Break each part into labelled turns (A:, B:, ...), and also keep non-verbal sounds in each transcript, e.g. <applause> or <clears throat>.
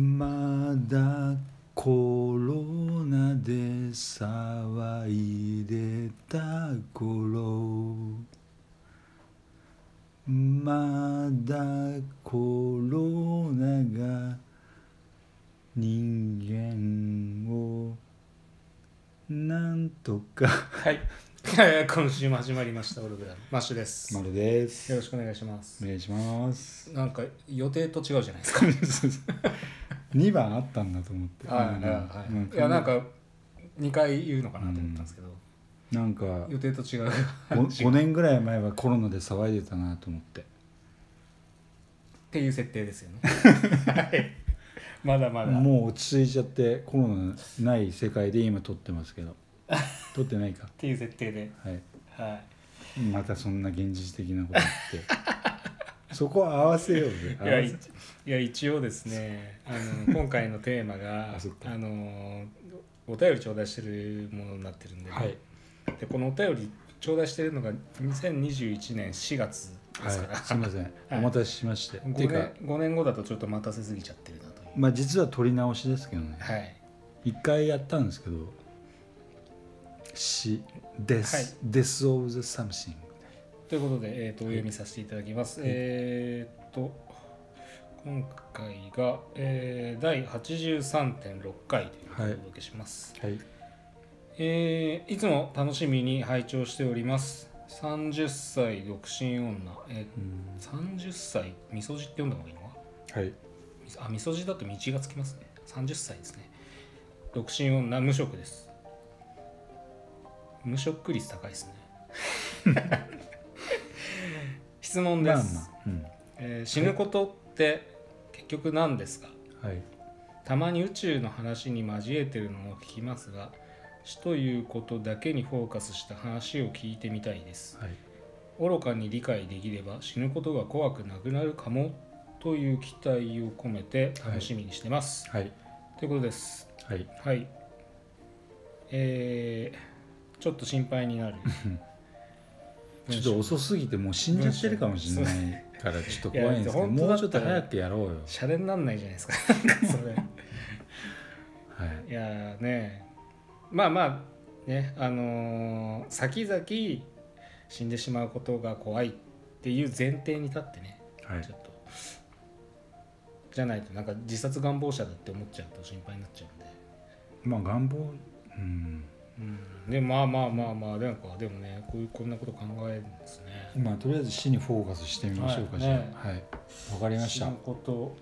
A: まだコロナで騒いでた頃まだコロナが人間をなんとか
B: はい。今週も始まりました、オルグラム。マッシュです。
A: ま
B: よ
A: るです
B: ろしくお願いします
A: お。願いします
B: なんか予定と違うじゃないですか。
A: <laughs> 2番あったんだと思って
B: はいは
A: うん
B: いはい。い
A: いやな
B: や、なんん
A: か
B: か2回言うのかなと思ったんですけど、
A: なんか
B: 予定と <laughs> 違う。
A: 5, 年ぐらい前はコロナで騒いでたなと思って
B: っていう設定で
A: <laughs>
B: すよね。はい。まだまだ。
A: もう落ち着いちゃってコロナない世界で今撮ってますけ
B: <laughs>
A: ど撮ってないか
B: っていう設定で。
A: はい
B: は
A: またそんな現実的なこと言
B: <laughs>
A: ってそこは合わせようぜ
B: い。いや、
A: 合わ
B: い
A: せ
B: いや一応ですね、あの今回のテーマ
A: <laughs>
B: が、
A: あそっか
B: あの、お便り頂戴してるものになってるんで、
A: はい
B: でこのお便り頂戴してるのが2021年4月で
A: は
B: すから、
A: いすいません、お待たせしまして
B: <laughs>
A: てい
B: 5
A: うか
B: 年5年後だとちょっと待たせすぎちゃってるなという、
A: まあ実は撮り直しですけどね
B: はい、
A: 一回やったんですけど「し」です、
B: はい
A: 「です」of the something
B: ということで、えー、とお読みさせていただきます、
A: はい
B: えーっと今回が、えー、第83.6回ということでお届けします、
A: はい
B: えーいつも楽しみに拝聴しております30歳独身女、え
A: うん
B: ー、30歳みそじって読んだ方がいいのかな
A: はい
B: あ、みそじだと道がつきますね。30歳ですね。独身女、無職です。無職率高いですね。 <laughs> 質問で
A: まあ
B: す、
A: まあうん
B: えー死ぬことって結局何ですか
A: はい
B: たまに宇宙の話に交えてるのを聞きますが、死ということだけにフォーカスした話を聞いてみたいです。
A: はい
B: 愚かに理解できれば死ぬことが怖くなくなるかもという期待を込めて楽しみにしてます。
A: はい
B: ということです。
A: はい
B: はい。えー、ちょっと心配になる。
A: <laughs> ちょっと遅すぎてもう死んじゃってるかもしれな
B: 文
A: いからちょっと怖いんですけど
B: いや本当
A: も
B: だ
A: う
B: ったら
A: ちょっと早くやろうよ
B: シャレになんないじゃな
A: <laughs>
B: いですか。なんかそれ。
A: はい
B: いやーね、まあまあ、ね、あのー先々死んでしまうことが怖いっていう前提に立ってね、
A: は
B: ち
A: い
B: ょっと。じゃないと、なんか自殺願望者だって思っちゃうと心配になっちゃうんで。
A: まあ願望うん
B: うん、でまあまあまあまあでもでもねこういうこんなこと考えるんですね。
A: まあとりあえず死にフォーカスしてみましょうか
B: はい
A: じゃ
B: ね
A: あはいわかりまし
B: 死
A: た
B: ぬこと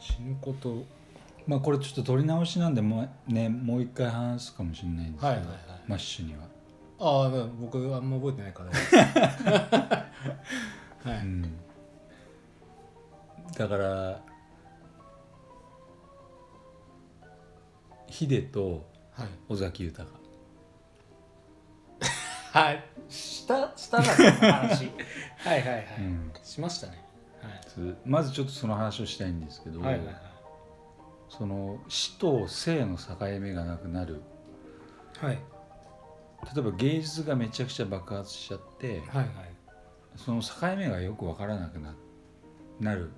B: 死ぬこと
A: まあこれちょっと取り直しなんでもうねもう一回話すかもしれないんですけ
B: はい
A: ど
B: はいはい
A: マッシュには
B: ああ僕あんま覚えてないから <laughs> は
A: う
B: い
A: んだからヒデと
B: はい
A: 尾崎豊
B: はいしたしたなその <laughs> 話はいはいはい、
A: うん
B: しましたね
A: まずちょっとその話をしたいんですけど、
B: はいはいはいはい
A: その死と生の境目がなくなる
B: はい
A: 例えば芸術がめちゃくちゃ爆発しちゃって
B: はい
A: その境目がよく分からなくななる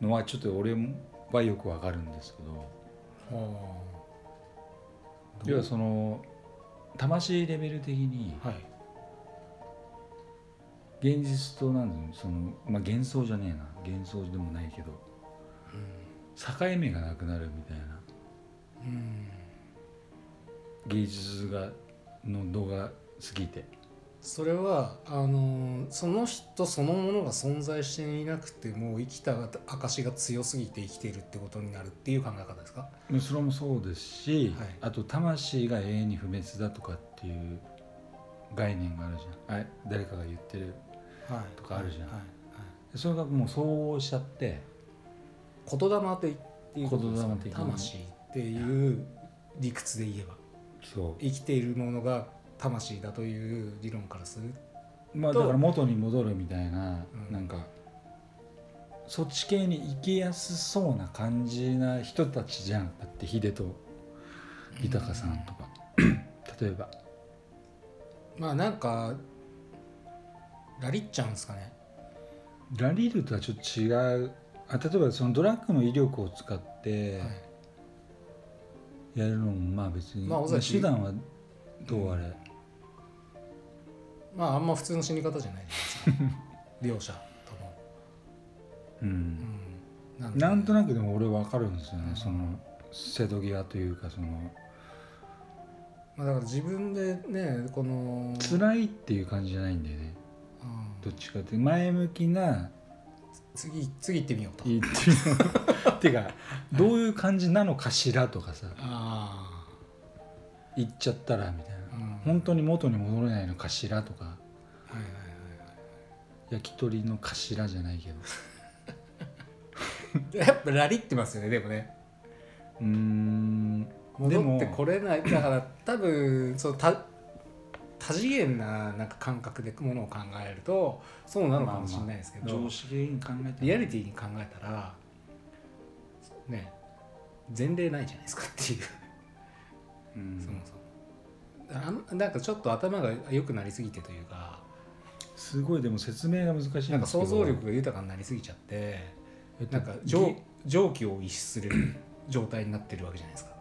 A: のはちょっと俺はよく分かるんですけど
B: はい
A: 要はその魂レベル的に
B: はい
A: 現実となんだろうその、まあ、幻想じゃねえな幻想でもないけど境目がなくなるみたいな
B: うん、うん、
A: 芸術がの度が過ぎて
B: それはあのーその人そのものが存在していなくてもう生きた証が強すぎて生きているってことになるっていう考え方ですか
A: でそれもそうですし、
B: はい
A: あと魂が永遠に不滅だとかっていう概念があるじゃんあ誰かが言ってる
B: はい
A: とかあるじゃん
B: はいはい
A: それがもう総合しちゃって
B: 言霊でっていうことです、ね
A: 言霊、的な
B: 魂っていう理屈で言えば
A: そ
B: 生きているものが魂だという理論からする
A: うまあ
B: と
A: だから元に戻るみたいな、
B: うん
A: なんかそっち系に行きやすそうな感じな人たちじゃんだってヒデと豊さんと
B: <clears throat>
A: か例えば
B: まあなんかラリっちゃうんですかね
A: ラリルとはちょっと違うあ例えばそのドラッグの威力を使って
B: はい
A: やるのもまあ別に、
B: まあ尾崎
A: 手段はどうあれ、
B: まああんま普通の死に方じゃないじゃない <laughs> ですか両者とも、
A: うん
B: うん、なんで
A: なんとなくでも俺分かるんですよ
B: う
A: ね
B: ん
A: その瀬戸際というかその
B: まあ、だから自分でねこの
A: 辛いっていう感じじゃないんだよね
B: うん
A: どっちかって前向き
B: <laughs>
A: な
B: 次次行ってみようと
A: いいっていうのていうかどういう感じなのかしらとかさ
B: あ
A: 行っちゃったらみたいな
B: あ、うん
A: 本当に元に戻れないのかしらとか
B: はいはいはい
A: 焼き鳥のかしらじゃないけど
B: やっぱラリってますよねでもね
A: うーんで
B: 戻
A: も
B: ってこれないだから多分そのた多次元ななんか感覚でものを考えるとそうなのかもしれないですけど、
A: 常識に考えて
B: リアリティに考えたらね前例ないじゃないですかっていう、
A: うん
B: そもそもあんなんかちょっと頭が良くなりすぎてというか
A: すごいでも説明が難しいんですけど
B: なんか想像力が豊かになりすぎちゃって
A: えっと
B: なんか蒸蒸気を逸する状態になってるわけじゃないですか。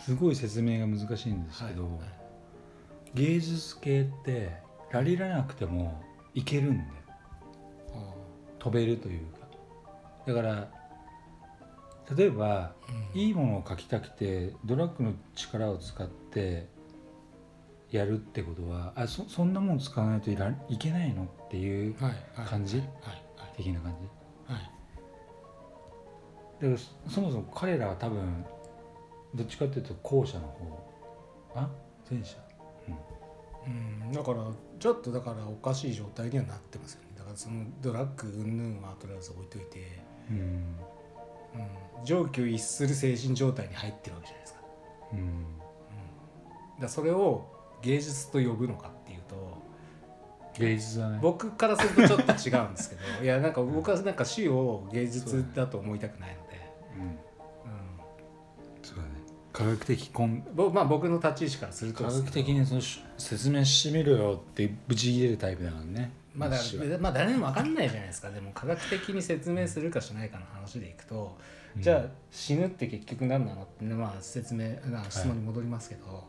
A: すごい説明が難しいんですけど、
B: はい
A: 芸術系ってラリらなくてもいけるんだよ
B: あ
A: 飛べるというかだから例えば
B: ー
A: いいものを描きたくてドラッグの力を使ってやるってことはあそそんなもん使わないといらいけないのっていう
B: はいはい
A: 感じ
B: はいはい
A: 的な感じ
B: はい
A: だからそそもそも彼らは多分どっちかっていうと後者の方あ前者
B: うん、だからちょっとだからおかしい状態にはなってますよねだからそのドラッグ云々はとりあえず置いといて、
A: うん
B: うん、上気を逸する精神状態に入ってるわけじゃないですかだか
A: うん
B: らそれを芸術と呼ぶのかっていうと
A: 芸術だね
B: 僕からするとちょっと違うんです
A: <laughs>
B: けどいやなんか僕はなんか死を芸術だと思いたくないので、
A: うんそうだね科学的根
B: うんぼまあ僕の立ち位置からすると
A: 科
B: です
A: 学
B: けど
A: 的にその説明してみろよってブチ切れるタイプだからね
B: まあだ
A: 私は
B: まあ、誰にも分かんないじゃないですかでも科学的に説明するかしないかの話でいくと、じゃあ死ぬって結局何なのって、ねまあ、説明あ質問に戻りますけど、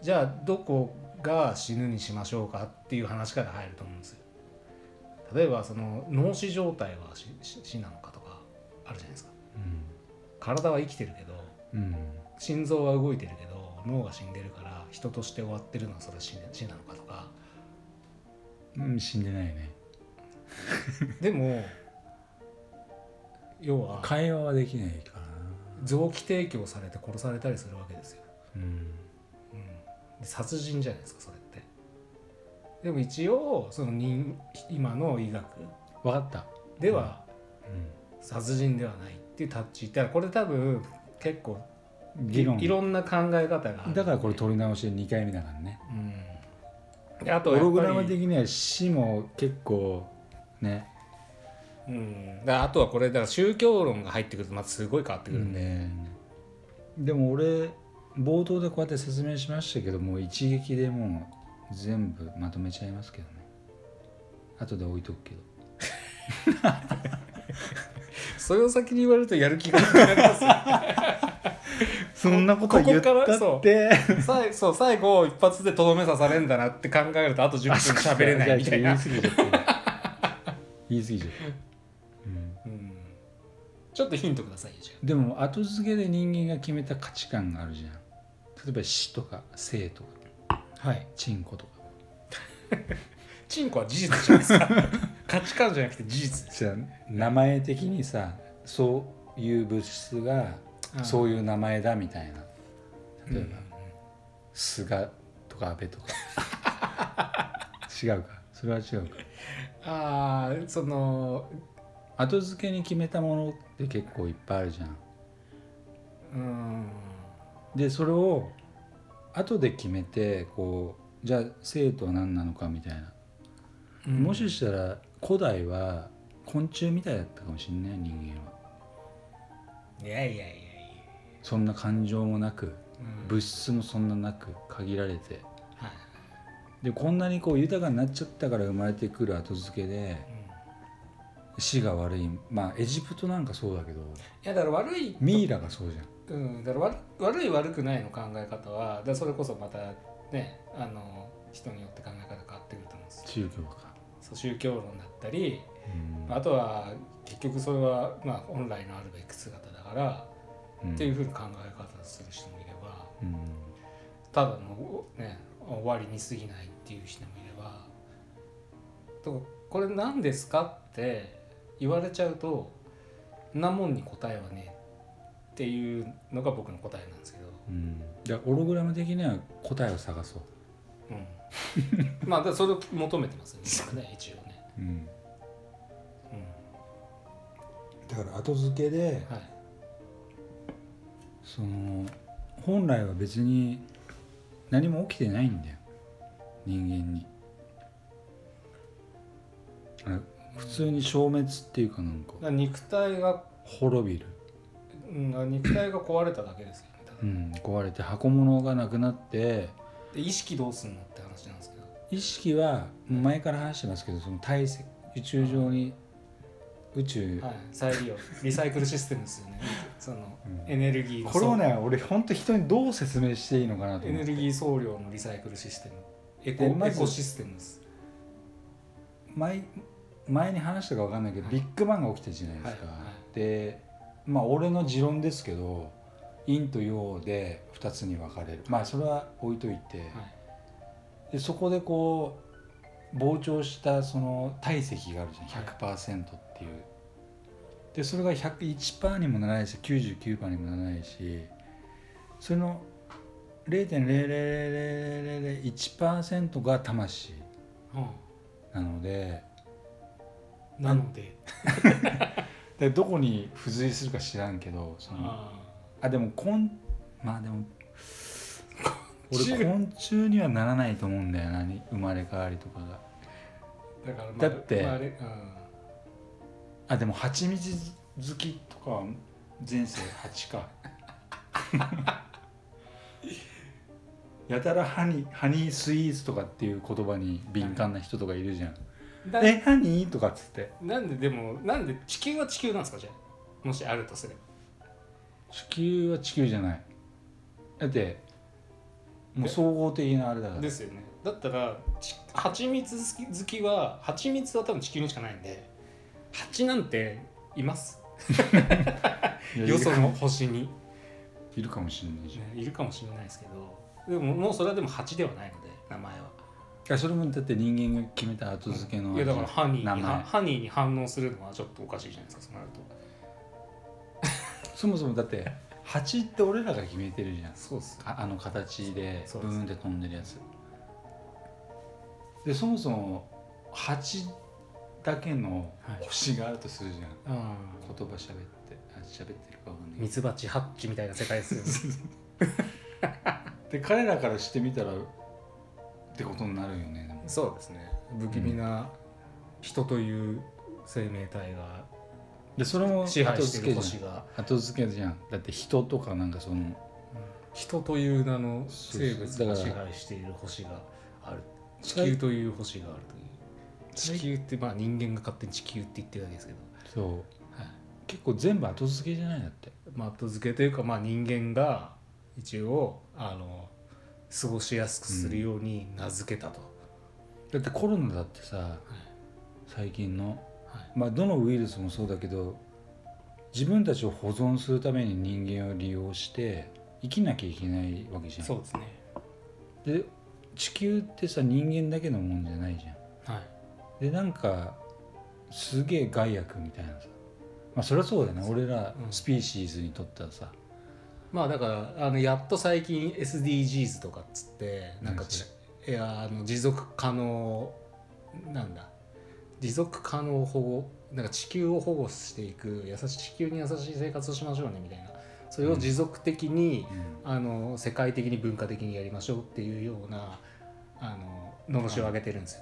B: じゃあどこが死ぬにしましょうかっていう話から入ると思うんですよ。例えばその脳死状態は死死死なのかとかあるじゃないですか体は生きてるけど
A: うん、うん
B: 心臓は動いてるけど脳が死んでるから人として終わってるのはそれは死ね死なのかとか
A: うん死んでないね
B: でも要は
A: 会話はできないかな
B: 臓器提供されて殺されたりするわけですよ、
A: うん
B: うん、で殺人じゃないですかそれってでも一応その人今の医学
A: 分かった、
B: では
A: う
B: 殺人ではないっていうタッチだからこれ多分結構
A: ん、
B: い
A: 議論
B: いろんな考え方がある
A: だからこれ取り直しで2回目だからね
B: うんであと
A: ホ
B: はや
A: ログ
B: っ
A: ラ
B: ぱ
A: ム
B: り、
A: 的には死も結構ね
B: うん、だからあとはこれだから宗教論が入ってくるとまたすごい変わってくるんで、
A: うんでも俺冒頭でこうやって説明しましたけどもう一撃でもう全部まとめちゃいますけどね後で置いとくけど
B: それを先に言われるとやる気がなくなりますよ <laughs>
A: そんなこと
B: ここ
A: 言っ
B: から
A: た
B: そ
A: っ
B: う
A: て
B: さいそう最後一発でとどめ刺されんだなって考えるとあと10分喋れないみたいな
A: あ、そうかじ <laughs> ゃあちょっと言い過ぎちゃった言い過ぎちゃった、うん
B: うんちょっとヒントくださいよじゃ
A: でも後付けで人間が決めた価値観があるじゃん例えば死とか生とか
B: あはい
A: チンコとか
B: チンコは事実じゃないですか <laughs> 価値観じゃなくて事実
A: じゃあ名前的にさそういう物質がそう
B: い
A: いう名前だみたいな
B: うん
A: 例えば、菅とか安倍とか <laughs> 違うかそれは違うか
B: ああその
A: 後付けに決めたものって結構いっぱいあるじゃん
B: うん
A: でそれを後で決めてこうじゃあ生とは何なのかみたいな、もししたら古代は昆虫みたいだったかもしれない人間はい
B: やいやいやいや、
A: そんな感情もなく
B: うん
A: 物質もそんななく限られて
B: はい
A: でこんなにこう豊かになっちゃったから生まれてくる後付けで
B: うん
A: 死が悪いまあエジプトなんかそうだけど
B: いやだから悪い、
A: ミイラがそうじゃん
B: うん、だから悪悪い悪くないの考え方はだからそれこそまたねあの人によって考え方変わってくると思うんです
A: 宗
B: よ
A: 教か、
B: そう宗教論だったり
A: うん
B: あとは結局それは、まあ、本来のあるべき姿だから、
A: うん
B: っていうふうに考え方をする人もいれば
A: うん
B: ただの、ね、終わりに過ぎないっていう人もいればとこれ何ですかって言われちゃうと「んなもんに答えはね」っていうのが僕の答えなんですけど、
A: うん、じゃあオログラム的には答えを探そう、 <laughs>
B: うん、まあだからそれを求めてますよね今ね一応ね。
A: うん、
B: う
A: だから後付けで、
B: んはい
A: その本来は別に何も起きてないんだよ人間にあ普通に消滅っていうかなんか
B: だから肉体が、
A: 滅びる、
B: うん、だから肉体が壊れただけですよねただ
A: うん、壊れて箱物がなくなって
B: で意識どうすんのって話なんですけど
A: 意識は前から話してますけどその体積宇宙上に宇宙、
B: はい、再利用リサイクルシステムですよねその
A: うん
B: エネルギーの
A: これをね俺本当人にどう説明していいのかなと
B: そうエ
A: 思っ
B: ネル
A: て
B: ギー総量のリサイクルシステムエコ
A: でま
B: エ
A: ず
B: コシステムです、
A: 前前に話したか分かんないけど、
B: はい
A: ビッグバンが起きたじゃないですか、
B: はいは
A: でまあ俺の持論ですけど陰と陽で2つに分かれるまあそれは置いといて、
B: はい
A: でそこでこう膨張したその体積があるじゃん
B: はい
A: 100%っていうでそれが101%にもならないし99%にもならないしその0.00001%が魂なので
B: うん、なので
A: でどこに付随するか知らんけどその
B: あ
A: あでもこんまあでも
B: 虫
A: 俺昆虫にはならないと思うんだよなに生まれ変わりとかが
B: ーだから、ま
A: だ
B: あ、
A: って
B: まああれうん、
A: あでも蜂蜜好きとかは前世蜂か
B: <laughs>
A: やたらハニハニースイーツとかっていう言葉に敏感な人とかいるじゃん「
B: だ
A: えハニー?」とかっつって
B: なんででもなんで地球は地球なんですかじゃあもしあるとすれば
A: 地球は地球じゃないだってもう総合的なあれだから
B: ですよねだったらち蜂蜜好き好きは蜂蜜は多分地球にしかないんで蜂なんています
A: いや
B: よ
A: いる
B: そ
A: か
B: の
A: も
B: 星に
A: いるかもしれないじゃん
B: ねいるかもしれないですけどでももうそれはでも蜂ではないので名前はい
A: やそれもだって人間が決めた後付けの
B: いやだからハニー
A: 名
B: に
A: 前
B: ハハニーに反応するのはちょっとおかしいじゃないですかそうなると
A: そもそもだって蜂って俺らが決めてるじゃん
B: そうっす
A: ああの形で
B: そう
A: ブ
B: です
A: ーンって飛んでるやつでそもそも蜂だけの
B: はい
A: 星があるとするじゃん、
B: あ
A: 言葉喋ってあ喋ってるかわかんない
B: ミツバチハッチみたいな世界ですよね
A: で彼らからしてみたらってことになるよねでも
B: <laughs> そうですね不気味な人という生命体が
A: でそれも
B: 支配
A: 後
B: して
A: 付
B: る
A: けじ
B: 星
A: ゃん
B: が
A: 後付けじゃんだって人とかなんかその
B: 人という名の
A: そう
B: 生物が
A: だか
B: 支
A: ら
B: 配している星がある地
A: は
B: 球
A: い
B: という星があるという地球ってまあ人間が勝手に地球って言ってるだけですけど、
A: そう
B: はい、
A: 結構全部後付けじゃないんだって
B: まあ後付けというか、まあ、人間が一応あの過ごしやすくするように名付けたと、
A: だってコロナだってさ最近の
B: はい
A: まあ、どのウイルスもそうだけど自分たちを保存するために人間を利用して生きなきゃいけないわけじゃ
B: そうんですね
A: で地球ってさ人間だけのもんじゃないじゃん
B: はい
A: でなんかすげえ害悪みたいなさまあそりゃそうだよね俺ら
B: うん
A: スピーシーズにとってはさ、
B: まあだからあのやっと最近 SDGs とかっつってなんかちいやあの持続可能なんだ持続可能保護なんか地球を保護していく優しい地球に優しい生活をしましょうねみたいなそれを持続的に、あの世界的に文化的にやりましょうっていうようなあののろしを上げてるんですよ、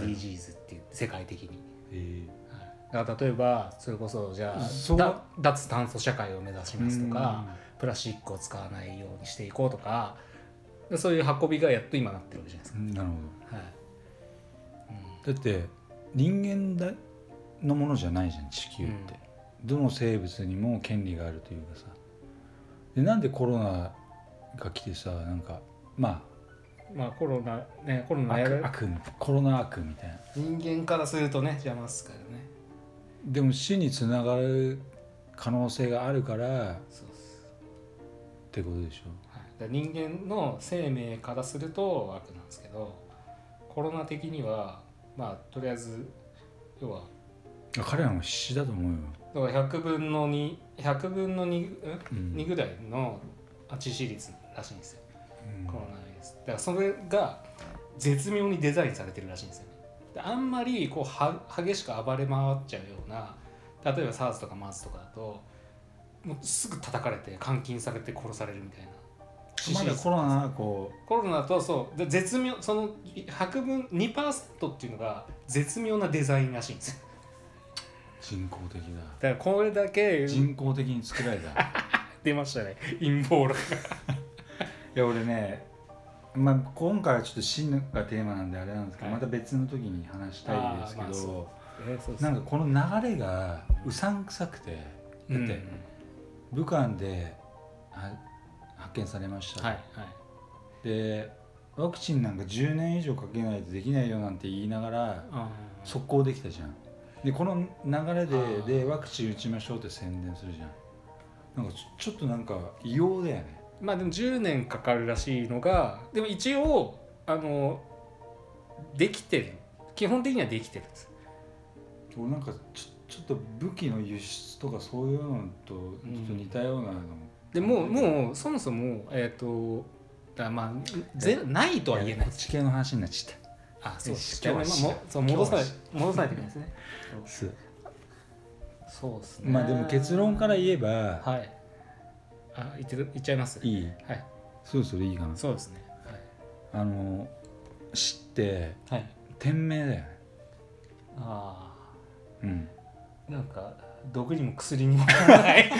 B: SDGs っていう世界的に、
A: え
B: はいだから例えばそれこそじゃ
A: そ
B: あ
A: う
B: だ脱炭素社会を目指し
A: ー
B: ますとか、プラスチックを使わないようにしていこうとかそういう運びがやっと今なってるわけじゃないです
A: うんなるほ
B: か、はい
A: どだって人間だのものじゃないじゃん地球って、どの生物にも権利があるというかさでなんでコロナが来てさなんかま
B: まあコロナねコロ
A: あ
B: ナやる
A: 悪悪みコロナ悪みたいな
B: 人間からするとね邪魔っすからね
A: でも死につながる可能性があるからっ
B: そうっす、
A: てことでしょ
B: はい、だから人間の生命からすると悪なんですけどコロナ的にはまあとりあえず要は
A: 彼らも必死だと思うよ、
B: だから100分の2100分の 2,
A: うん
B: ん2ぐらいの致死率らしいんですよ
A: うん
B: コロナウイルスだからそれが絶妙にデザインされてるらしいんですよねであんまりこうは激しく暴れ回っちゃうような例えば SARS とか MERS とかだともうすぐ叩かれて監禁されて殺されるみたいな
A: まだコロナはこ
B: コロナとそうで絶妙その100分2%っていうのが絶妙なデザインらしいんですよ
A: う人工的だ
B: <laughs> だからこれだけ
A: 人工的に作られた
B: 出ましたね <laughs> 陰謀論
A: いや俺ねまあ、今回はちょっと死ぬがテーマなんであれなんですけど、
B: は
A: ま
B: い
A: た別の時に話したいですけ
B: あーまあ
A: ど、
B: そえそう
A: なんかこの流れがうさんくさくてだって、武漢では発見されました、
B: はいはい
A: でワクチンなんか10年以上かけないとできないよなんて言いながら
B: あー
A: 速攻できたじゃんでこの流れ
B: あ
A: で
B: ー
A: でワクチン打ちましょうって宣伝するじゃんなんかちょちょっとなんか異様だよね
B: まあでも10年かかるらしいのがでも一応あのできてる基本的にはできてるんです
A: 俺なんかちょちょっと武器の輸出とかそういうのとちょっと似たようなの、
B: でもうもうそもそもえっ、とだからまあゼロないとは言えない
A: こっち系の話になっちゃっ
B: あそうです
A: 今日は
B: まあもうそう戻さない戻さないといけないですね
A: たす
B: そうですね
A: まあでも結論から言えば、
B: はいあ言ってく言っちゃいます
A: いい
B: はい
A: そろそろいいかな
B: そうですね
A: あの死って
B: はい、はい、
A: 天命だよね
B: あ
A: うん
B: あなんか毒にも薬 <laughs> にもならない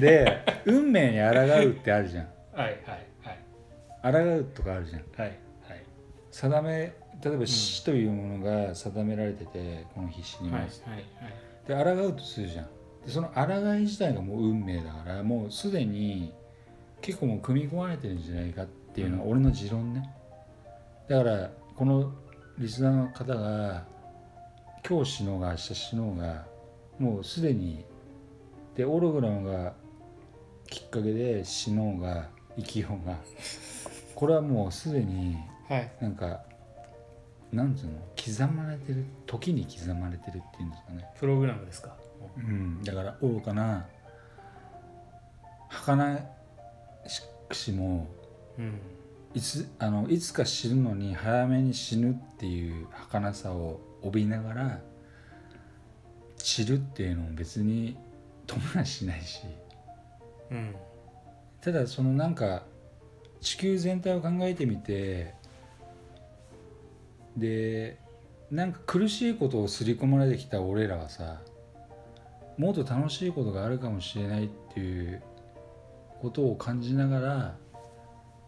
A: で運命に抗うってあるじゃん
B: はいはいはい
A: 抗うとかあるじゃん
B: はいはい
A: 定め例えば死というものが定められてて、この必死に
B: はいは
A: ま
B: い
A: す、で抗うとするじゃんでその抗い自体がもう運命だからもうすでに結構もう組み込まれてるんじゃないかっていうのが俺の持論ねだからこのリスナーの方が今日死のうが明日死のうがもうすでにでオログラムがきっかけで死のうが生きようがこれはもうすでに
B: はい
A: なんかなんつうの刻まれてる時に刻まれてるっていうんですかね
B: プログラムですか
A: うん、だから愚かな儚しくしも
B: うん
A: いつあのいつか死ぬのに早めに死ぬっていう儚さを帯びながら散るっていうのも別に止まらしないし
B: うん
A: ただそのなんか地球全体を考えてみてでなんか苦しいことを刷り込まれてきた俺らはさもっと楽しいことがあるかもしれないっていうことを感じながら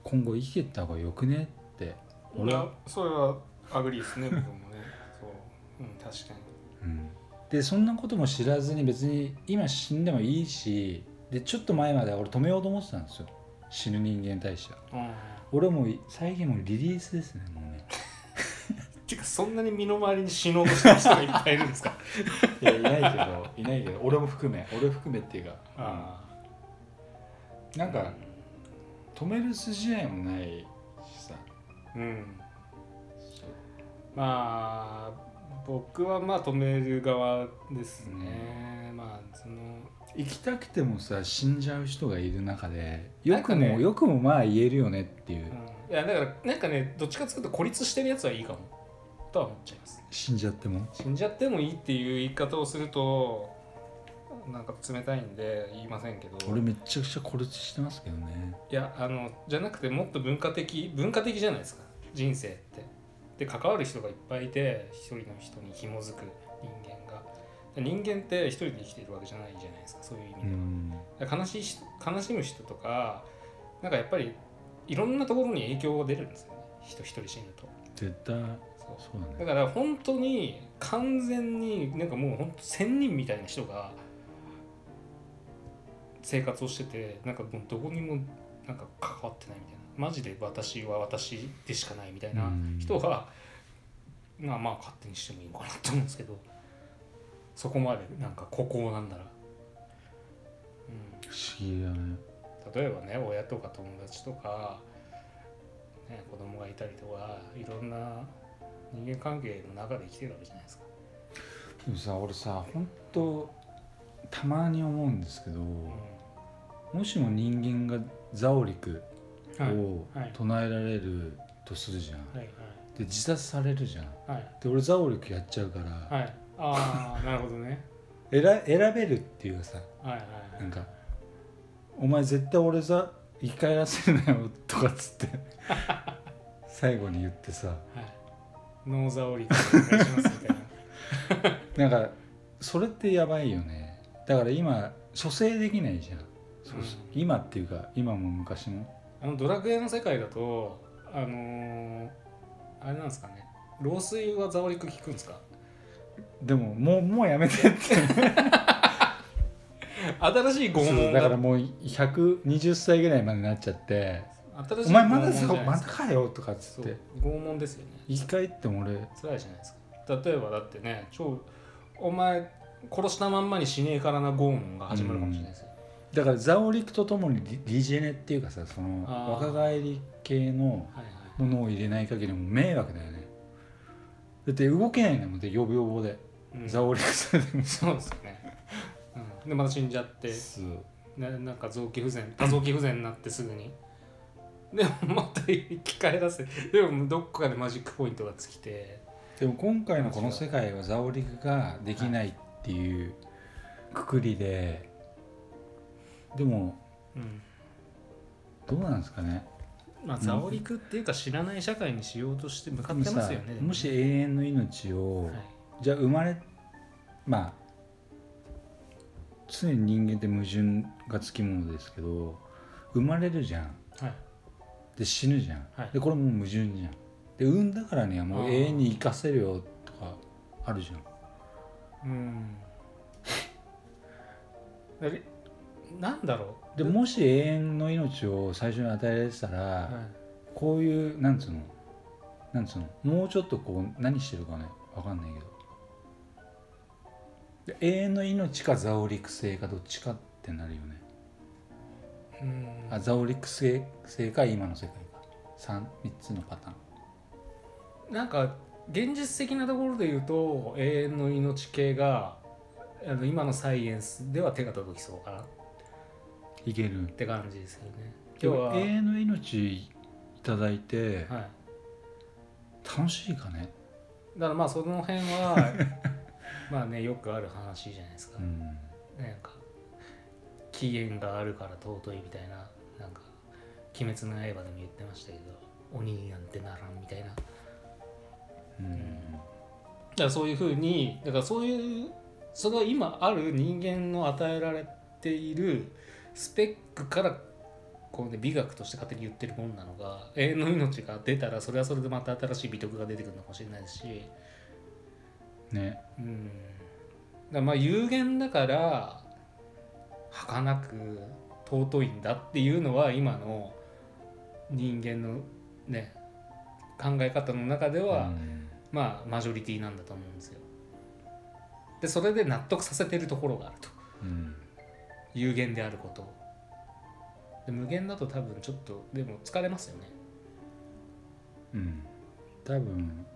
A: 今後生きてった方がよくねって俺は、
B: それはアグリーですね僕もねそううん確か
A: うん、でそんなことも知らずに別に今死んでもいいしでちょっと前までは俺止めようと思ってたんですよ死ぬ人間に対しては。
B: にうん
A: 俺はもう最近もうリリースですねもうね
B: てかそんなに身の回りに死のうとしてる人がいっぱいいるんですか
A: いやいないけどいないけど俺も含め俺含めっていうか
B: あ
A: うんなんか止める筋合いもないしさ
B: あうんまあ僕はまあ止める側ですね、まあその
A: 行きたくてもさ死んじゃう人がいる中でよくも、
B: なんかね
A: よくもまあ言えるよねっていう、
B: うんいやだからなんかねどっちかっていうと孤立してるやつはいいかもとは思っちゃいます
A: 死んじゃっても
B: 死んじゃってもいいっていう言い方をするとなんか冷たいんで言いませんけど
A: 俺
B: い
A: めっちゃくちゃ孤立してますけどね
B: やあのじゃなくてもっと文化的文化的じゃないですか人生ってで関わる人がいっぱいいて一人の人に紐づく人間がで人間って一人で生きているわけじゃないじゃないですかそういう意
A: う
B: 味では、
A: ん
B: だから悲しい人悲しむ人とかなんかやっぱりいろんなところに影響が出るんですよね人一人死ぬと
A: 絶対
B: そう構
A: そうだ
B: だ
A: ね
B: から本当に完全になんかもう本当仙人みたいな人が生活をしててなんかもうどこにもなんか関わってないみたいなマジで私は私でしかないみたい
A: う
B: な
A: ん
B: 人が、まあまあ勝手にしてもいいのかなと思うんですけどそこまでなんか孤高なんなら、う
A: 不思議だね
B: ん、例えばね親とか友達とか、ね、子供がいたりとかいろんな人間関係の中で生きてるわけじゃないですか。
A: でもさ俺さ本当たまに思うんですけど
B: う
A: もしも人間がザオリク
B: んはい
A: を
B: はい
A: 唱えられるとするじゃん、
B: はい
A: で自殺されるじゃん
B: はい
A: で俺ザオリクやっちゃうから、
B: はいはいあ <laughs> あなるほどね
A: えら選べるっていうかさ
B: はいはい
A: なんか「お前絶対俺ザ生き返らせるなよ」とかっつって
B: <laughs>
A: 最後に言ってさ
B: はいノーザオリクお願いしますみたいな
A: なんかそれってやばいよねだから今蘇生できないじゃんそうそう
B: うん
A: 今っていうか今も昔も
B: あのドラクエの世界だとあのー、あれなんですかね老衰はザオリク効くんですか
A: でももうもうやめてって
B: <laughs> 新しい拷
A: そう
B: 問
A: だ
B: だ
A: からもう120歳ぐらいまでなっちゃって「
B: 新し
A: お
B: い
A: 前まだ
B: 拷
A: さ
B: 問じゃない
A: ま
B: で
A: だ
B: すか
A: かよ」とかっつ
B: そ
A: って
B: う拷問ですよね
A: 生き返っても俺
B: 辛いじゃないですか例えばだってね超お前殺したまんまに死ねえからな拷問が始まるかもしれないですよ、
A: だからザオリクとともにリリジェネっていうかさその
B: あー
A: 若返り系の
B: はいはい
A: ものを入れない限りもう迷惑だよねだって動けないんだもんで予防で、
B: うん
A: ザオリクさんでも
B: そうですね、うん、でまた死んじゃって
A: そう
B: ななんか臓器不全多臓器不全になってすぐにでもまた生き返らせでもどっかでマジックポイントが尽きて
A: でも今回のこの世界はザオリクができないっていうくくりででも
B: うん
A: どうなんですかね
B: まあザオリクっていうか知らない社会にしようとして向かってますよ
A: でも
B: ね
A: さもし永遠の命を、
B: でもね
A: じゃあ生まれまあ常に人間って矛盾がつきものですけど生まれるじゃん
B: はい、はい
A: で死ぬじゃん、
B: はい
A: でこれもう矛盾じゃんで産んだからにはもう
B: あー
A: 永遠に生かせるよとかあるじゃん
B: <laughs> うんあれなんだろう
A: でもし永遠の命を最初に与えられてたら、
B: はい
A: こういうなんつうのなんつうのもうちょっとこう何してるかねわかんないけどで永遠の命かザオリク星かどっちかってなるよね
B: うん
A: あザオリック星星か今の世界か 3, 3つのパターン
B: なんか現実的なところで言うと永遠の命系があの今のサイエンスでは手が届きそうかなっ
A: いける
B: て感じですよね。
A: 今
B: 今
A: 日は
B: 日は、
A: 永遠の命いただいて
B: はい、
A: 楽しいかね
B: だからまあその辺はまあねよくある話じゃないですか
A: う。ん
B: なんか期限があるから尊いみたいななんか「鬼滅の刃」でも言ってましたけど鬼になんてならんみたいな
A: うん
B: だからそういうふうにだからそういうその今ある人間の与えられているスペックからこう、ね、美学として勝手に言ってるもんなのが永遠の命が出たらそれはそれでまた新しい美徳が出てくるのかもしれないし
A: ね
B: うんだからまあ有限だから儚く尊いんだっていうのは今の人間のね考え方の中では、
A: うん
B: まあマジョリティなんだと思うんですよ。でそれで納得させてるところがあると
A: うん
B: 有限であることをで無限だと多分ちょっとでも疲れますよね。
A: うん多分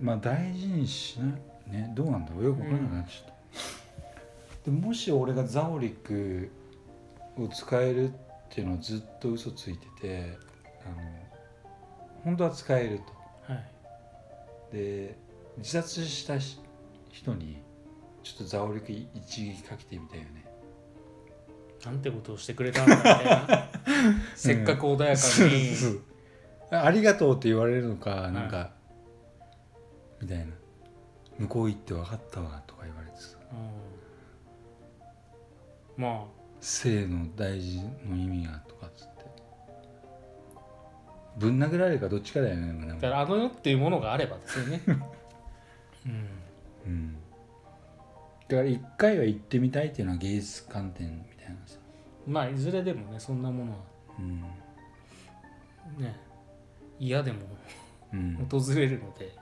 A: まあ大事にしないねどうなんだろうよく分からなくなっちゃった、でもし俺がザオリクを使えるっていうのをずっと嘘ついててあの本当は使えると
B: はい、
A: で自殺したし人にちょっとザオリク一撃かけてみたいよね
B: なんてことをしてくれたんだみたい <laughs> なせっかく穏やかに。
A: あありがとうって言われるのかなんか、みたいな向こう行って分かったわとか言われてさ
B: うんまあ
A: 生の大事の意味がとかっつってぶん殴られるかどっちかだよねでもなん
B: だか
A: から
B: あの世っていうものがあればですよ <laughs> ねうん
A: うんだから一回は行ってみたいっていうのは芸術観点みたいなさ、
B: まあいずれでもねそんなものは
A: うん
B: ね嫌でも
A: うん、
B: 訪れるので、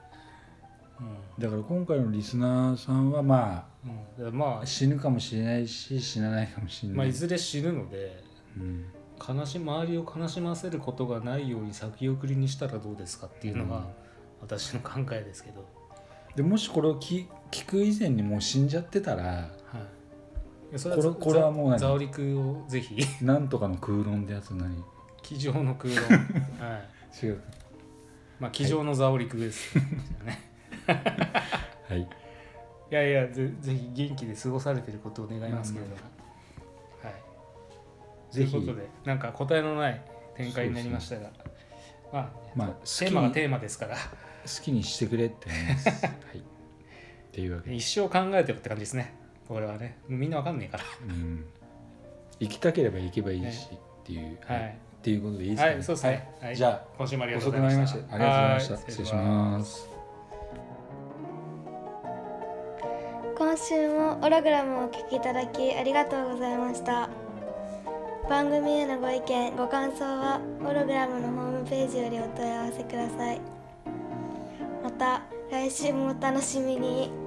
A: だから今回のリスナーさんはま
B: うんうんだからま
A: あ死ぬかもしれないし死なないかもしれ
B: あ、
A: ない、
B: まあいずれ死ぬので
A: うん
B: 悲し周りを悲しませることがないように先送りにしたらどうですかっていうの
A: うん
B: が私の考えですけど、
A: でもしこれを聞聞く以前にもう死んじゃってたら
B: はいいやそ
A: これこれはもう何
B: ザオリクをぜひ <laughs>
A: なんとかの空論ってやつ何
B: 机上の空論
A: <laughs>
B: はい
A: 違う
B: まあ机上のザオリクです、
A: <laughs>
B: ね、
A: はい
B: いやいやぜぜひ元気で過ごされてることを願いますけれども、はいと
A: ぜ
B: いう
A: ひ
B: ことでなんか答えのない展開になりましたが、まあ
A: まあ好
B: テ
A: き
B: ーマが
A: に
B: テーマですから
A: 好きにしてくれって思い
B: <laughs>
A: ますはいっていうわけで、
B: 一生考えてるって感じですねこれはねもうみんなわかんねえか
A: うん、行きたければ行けばいいしっていう、
B: らはい
A: っていうことでいいですか、
B: はい、そうですね。
A: は
B: はいい、
A: じゃ
B: 今週もあり
A: あ
B: がとう
A: 遅
B: ご
A: く
B: ざい
A: な
B: ま
A: り
B: し
A: まし
B: た。
A: たありがとうございました
B: は
A: 失礼します
C: 今週もオログラムをお聞きいただきありがとうございました番組へのご意見ご感想はオログラムのホームページよりお問い合わせくださいまた来週もお楽しみに